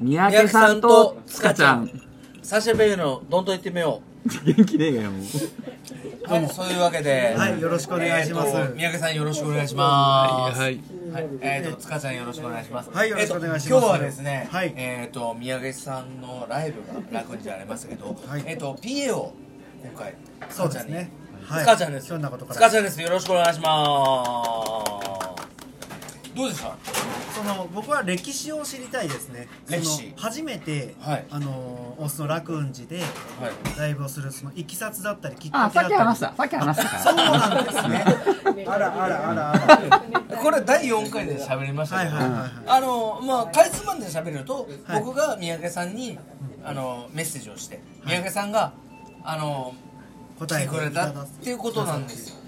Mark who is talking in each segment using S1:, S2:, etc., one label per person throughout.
S1: 三宅さんと塚ちゃん。
S2: サシャベイのどんと言ってみよ
S1: 元気ねえかよ、もう。
S2: う。はい、そういうわけで。
S3: はいよろしくお願いします
S2: えーと三宅さんよろしくお願いします。
S4: はい。
S2: はい、えっ、と、塚ちゃんよろしくお願いします。
S3: はいよろしくお願いし
S2: えーと
S3: ます
S2: 今日はですね、
S3: はい
S2: えっ、と、宮宅さんのライブが楽にじゃありますけど、
S3: はい
S2: えっ、と、PA を今回、塚
S3: そう
S2: ち
S3: で
S2: ゃ
S3: す
S2: んに。
S3: ね。
S2: 塚ちゃんです。
S3: ひょんなことから。
S2: 塚ちゃんです。よろしくお願いします。どうでした
S3: その僕は歴史を知りたいですね。
S2: 歴史
S3: その初めて、
S2: はい
S3: あのオスの楽雲寺で
S2: はい。
S3: ライブをするそのいきさつだったりきっ
S1: あ、
S3: かけ
S1: さ
S3: だ
S1: っき話
S3: っ
S1: したた。
S3: り。
S1: さっき話したか
S3: そう
S1: ら。
S3: なんですね。 あらあらあらあら。
S2: これ第4回で喋りました
S3: はい
S2: け
S3: はい
S2: ど、
S3: はいはい。
S2: あのまあかいつまんで喋ると、
S3: はい
S2: 僕が三宅さんにあのメッセージをして、三宅さんがあの来
S3: 答
S2: て
S3: え
S2: くれ
S3: い
S2: た
S3: だ
S2: っていうことなんですよ。
S3: はい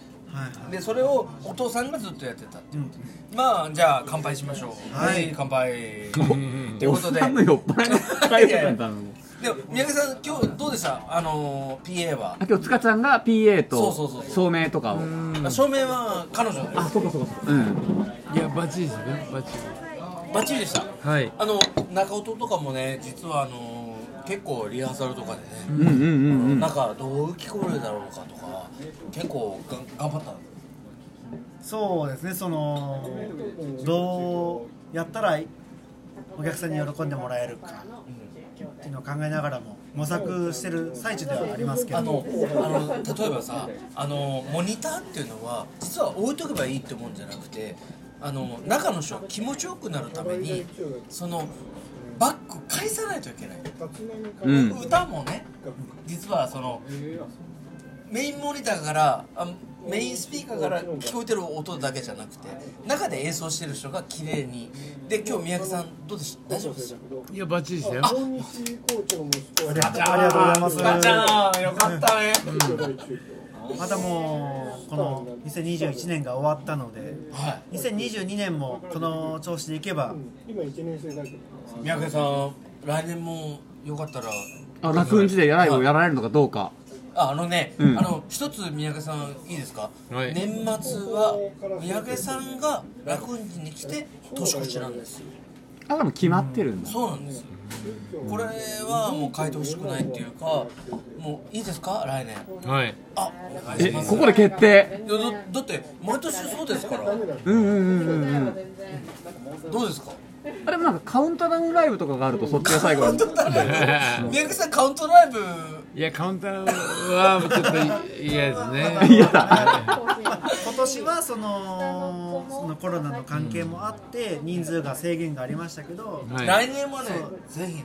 S3: はい。
S2: でそれをお父さんがずっとやってたっていう
S3: うん
S2: まあじゃあ乾杯しましょう
S3: はい
S2: 乾杯
S4: うん
S2: ということで
S1: おっさんの酔っ払いの会話だったのもう。
S2: でも三宅さん今日どうでしたあの PA は
S1: あ、今日塚ちゃんが PA
S2: そうそうそ
S1: と
S2: うそ
S1: 照
S2: う
S1: 明とかを。
S2: 照明は彼女です
S1: そうかそうかそうか。うん。
S4: いや、バッチリですね。バッチ
S2: バッチリでした
S4: リ。はい。
S2: あの中音とかもね実はあの結構リハーサルとかでね、
S1: うんうんうんうん。
S2: なんかどう聞こえるだろうかとか結構が頑張った
S3: そうですね。そのどうやったらお客さんに喜んでもらえるかっていうのを考えながらも模索してる最中ではありますけど。
S2: あのあの例えばさあのモニターっていうのは実は置いとけばいいってもんじゃなくてあの中の人が気持ちよくなるためにそのバック返さないといけない、
S1: うん。
S2: 歌もね実はそのメインモニターからあメインスピーカーから聞こえてる音だけじゃなくて中で演奏してる人が綺麗にで今日三宅さんどうでした大丈夫ですよ
S4: いや、バッチリでしたよ。
S3: ありがとうありがとうございます。
S2: ガチャーンよかったね、
S3: またもうこの2021年が終わったので
S2: は
S3: 2022年もこの調子でいけば
S2: い三宅さん来年もよかったら
S1: あ、楽運時でライブをやられるのかどうか。
S2: ああのね、
S1: うん
S2: あの一つ三宅さんいいですか、
S4: はい
S2: 年末は三宅さんが楽雲寺に来て年越しなんですよ
S1: あ、でも決まってるんだ。
S2: そうなんですよこれはもう変えてほしくないっていうかもういいですか来年
S4: はい。
S2: あお願い
S1: え
S2: しま、す
S1: ここで決定。
S2: いやだだって毎年そうですから
S1: うんうんうんうんうん。
S2: どうですか
S1: あ、でもなんかカウントダウンライブとかがあるとそっちが最後に。
S2: 三宅さんカウントライブ
S4: いや、カウンターは、ちょっと嫌ですね。
S1: 嫌だ。
S3: 今年はそのそのコロナの関係もあって人数が制限がありましたけど
S4: は
S2: 来
S4: い。
S2: 年もねぜひね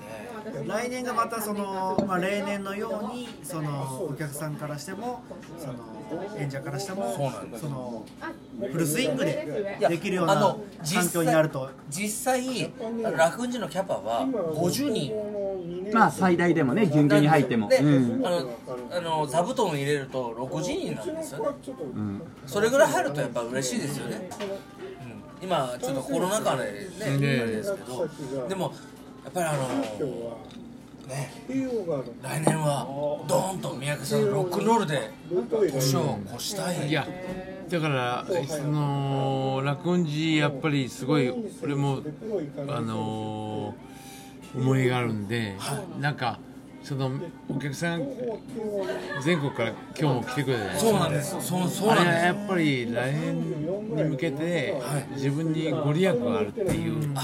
S3: 来年がまたその、まあ、例年のようにそのお客さんからしてもその演者からして
S2: そう
S3: も
S2: なんです
S3: そのフルスイングで
S2: いや
S3: できるよう
S2: あ
S3: な
S2: の
S3: 環境になると
S2: 実際楽雲寺のキャパは50人
S1: まあ最大でもね、ギュンギュンに入っても。
S2: で、
S1: うん。
S2: あのあの座布団を入れると60人なんですよね
S1: うん。
S2: それぐらい入るとやっぱ嬉しいですよね、うん、今ちょっとコロナ禍でねあれ
S4: ね
S2: ですけどでもやっぱりあのね来年はドーンと三宅さんのロックンロールで年を越したい
S4: いや、だから、その、落音寺、やっぱりすごい、俺も、あのー、思いがあるんで、なんか、その、お客さん、全国から今日も来てくれたじゃないですか
S2: そうなんですそうそう
S4: あ
S2: なん
S4: れは
S2: です
S4: やっぱり来年に向けて自分にご利益があるっていう、っ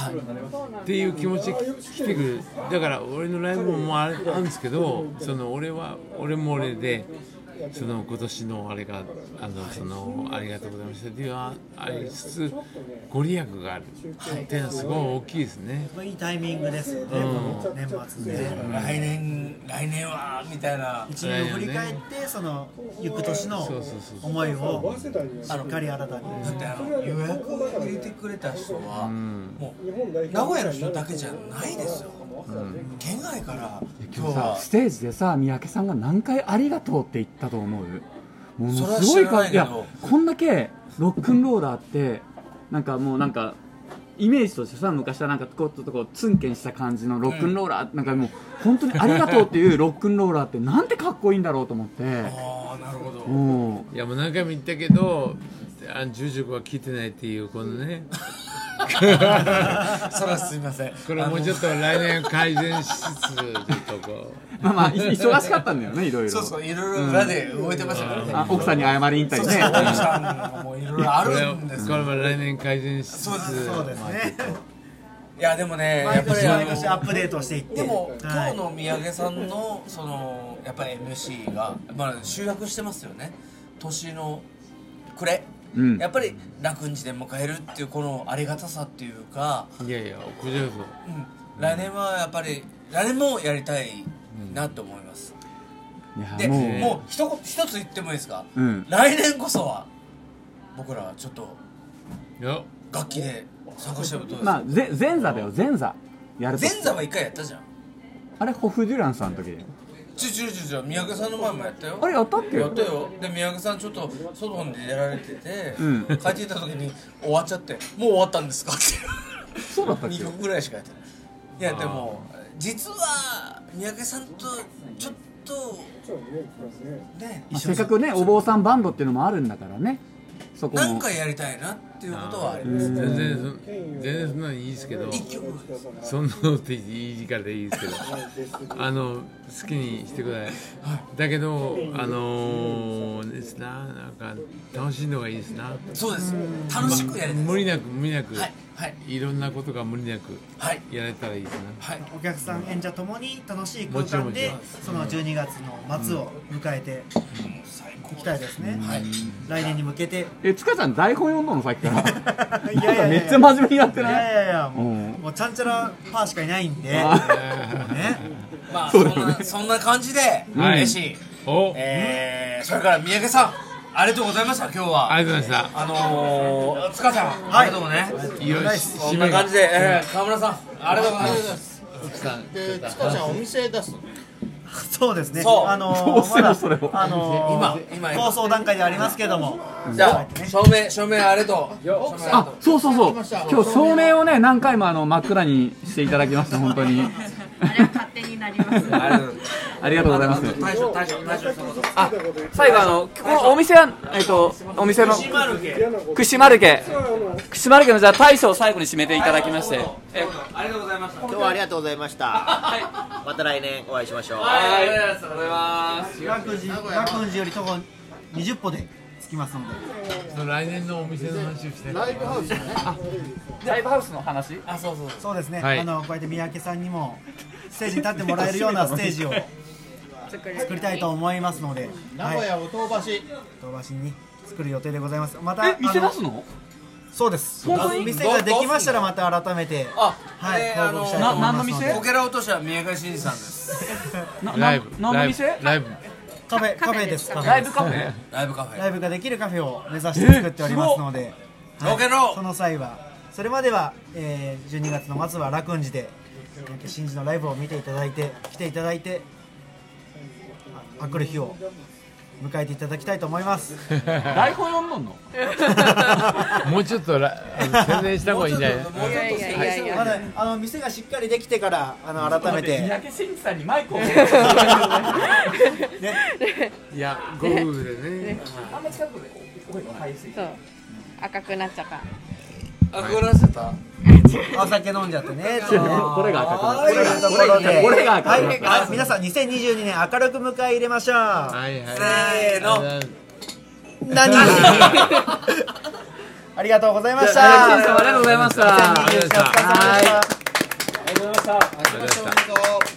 S4: ていう気持ちで来てくるだから俺のライブももうあれあるんですけどその俺は俺も俺でその今年のあれがあのそのありがとうございましたっていうのはありつつご利益があるっていうのはすごい大きいですね。
S3: いいタイミングですよね、この年末で。
S2: 来年来年はみたいな
S3: 一年を振り返ってその行く年の
S4: そうそうそう
S3: 思いをしっかり新たに
S2: だってあの予約を入れてくれた人はもう名古屋の人だけじゃないですよ県外から今日
S1: さ
S2: は
S1: ステージでさ三宅さんが何回「ありがとう」って言ったと思うもう
S2: それは
S1: すごい
S2: 知ら
S1: か
S2: ない
S1: い
S2: けど
S1: やこんだけロックンローラーってなんかもうなんかイメージとしてさ昔はなんかこうちょっとこうツンケンした感じのロックンローラー、なんかもう本当に「ありがとう」っていう ロックンローラーってなんてかっこいいんだろうと思って
S2: ああなるほ ど
S1: も
S4: いやもう何回も言ったけどあの住職は聞いてないっていうこのね
S2: それはすみません
S4: これもうちょっと来年改善しつつちょっとこう
S1: まあま あい忙しかったんだよねいろいろ
S2: そうそういろいろ裏で動いてましたからね、
S1: あ奥さんに謝りに行った
S2: そう
S1: り
S2: そう
S1: ね
S2: 奥さんがもういろいろあ
S4: これを
S2: る
S4: こ
S2: んです
S4: れ
S2: よ
S4: も来年改善しつつ
S2: そうです
S3: そうですね
S2: いやでもねやっ
S3: 毎
S2: ぱり
S3: 年
S2: あ
S3: 毎年ア
S2: の
S3: ップデートしていって
S2: でも今
S3: は
S2: 日
S3: い
S2: の三宅さんのそのやっぱり MC が、まあ、集約してますよね年の暮れ、
S1: うん
S2: やっぱり楽んじで迎えるっていうこのありがたさっていうか、
S4: いやいやこちらこ
S2: うん、来年はやっぱり来年もやりたいなと思います、
S1: い
S2: で
S1: やもう
S2: もう一言一つ言ってもいいですか、
S1: うん
S2: 来年こそは僕らちょっと
S4: そいや
S2: 楽器で参加してるとどうですか、
S1: まあぜ前座だよ前座やると
S2: 前座は一回やったじゃん
S1: あれホフデュランさんの時で
S2: ちょちょちょちょ宮家さんの前もやったよ
S1: あれやったっけ
S2: やったよで宮家さんちょっと外に出られてて、
S1: うん
S2: 帰ってきた時に終わっちゃって「もう終わったんですか?」って
S1: そうだったっけ
S2: 2分ぐらいしかやってないいやでも実は宮家さんとちょっとね
S1: まあせっかくねお坊さんバンドっていうのもあるんだからねそこ
S2: なん
S1: も
S2: かやりたいなっていうことはあります
S4: 全然そ全然そんなのいいですけど
S2: 一曲
S4: そんなのって言いからでいいですけどあの好きにしてくださいだけどあのー、ですななんか楽しいのがいいですな
S2: そうです楽しくやりたいです
S4: 無理なく無理なく、
S2: はいはい
S4: い、ろんなことが無理なく
S2: はい
S4: やれたらいいですな
S2: はい
S3: お客さん演者ともに楽しい
S4: も
S3: 空
S4: ちろん
S3: 間で
S4: もち
S3: その12月の末を迎えていきたいですね、
S2: はい
S3: 来年に向けてい
S1: えつかちゃん台本読んだのさっきから
S3: やい
S1: な
S3: や
S1: ん
S3: いや
S1: かめっちゃ真面目にやって
S3: いやい
S1: ない
S3: やいやもう,、
S1: うん
S3: もうちゃんちゃらパーしかいないんで、ね、
S2: まあそ
S1: そう
S2: ん
S1: だよね
S2: なそんな感じで
S4: はい
S2: 嬉しい
S4: お、
S2: えー、それから三宅さんありがとうございました今日は
S4: ありがとうございまし
S2: あのー、塚ちゃん、ありがとうね
S4: たよ
S3: ナイ
S4: し
S3: ス
S2: こ
S4: 締
S2: ん
S4: め
S2: な
S4: が
S2: 感じで、えー、河村さんありがとうございます
S5: で、つかちゃんお店出すの
S3: そうですね
S2: そう
S3: あのー
S1: どうしても
S3: まだ
S1: それを
S3: あのー
S2: 今今
S3: 構想段階でありますけども
S2: じゃあ照明照明ありがとう照明ありがと
S1: あそうそうそう今日照明をね何回もあの真っ暗にしていただきました本当に
S6: あれは勝手になります。
S2: うありがとう
S1: ありがとうございます
S2: 大将大将大将そうそう
S1: あ最後あのこのお店はえっとお店の串丸家串丸家のじゃあ大将を最後に締めていただきましてえ
S2: ありがとうございました
S5: 今日はありがとうございましたまた来年お会いしましょう
S1: はいありがとうございます
S3: 楽園寺楽園寺より徒歩20歩で着きますので
S4: 来年のお店の話をしたい
S1: ライブハウスの話
S2: あそうそう
S3: そうですね、
S4: はい
S3: あのこうやって三宅さんにもステージに立ってもらえるよう なステージを作りたいと思いますので、
S5: 名
S3: はい
S5: 古、屋を東橋
S3: 東橋に作る予定でございます。また
S1: え店出す
S3: あ
S1: の
S3: そうです。
S1: 本当に
S3: 店ができましたらまた改めて
S2: あ
S3: はい、
S2: えー、あ
S3: 報
S2: の
S3: 告したいと思いますの
S1: な何
S3: で
S1: の
S2: こけら落としは三宅伸二さんです
S1: なな
S4: ライブ
S1: 何の店
S4: ライブ
S3: カフェカフェです。
S1: ライブカフ
S3: ェ
S1: ェ
S2: ライブカフェ
S3: ライブができるカフェを目指して作っておりますので、
S2: すごっロケロ
S3: その際はそれまでは、えー、12月の末は楽園寺でなんか新次のライブを見ていただいて来ていただいてああ来る日を迎えていただきたいと思い ます。
S1: 台本読んどんの
S4: もうちょっとらあの宣伝した方がいいんじゃない
S2: もうちょっと宣伝してもら
S3: まだあの店がしっかりできてからあの改めて、
S1: 三宅伸二さんにマイクを
S3: ね
S4: いやゴルフでね
S1: あんま近くで声が入りすぎて
S6: そう。赤くなっちゃった。
S2: あこらせた
S3: お酒飲んじゃってね。
S1: これが赤
S3: と
S1: く
S3: い
S1: なる
S3: うところで、
S1: これが赤くな
S3: は
S1: る
S3: い、あ皆さん2022年明るく迎え入れましょう。
S4: はいはい
S2: せーの
S3: 何？ ありがとうございました。
S1: 三宅伸二さんありがとうございました
S3: 2022年お疲れ様でした
S1: はい
S4: ありがとうございました
S5: おめでとう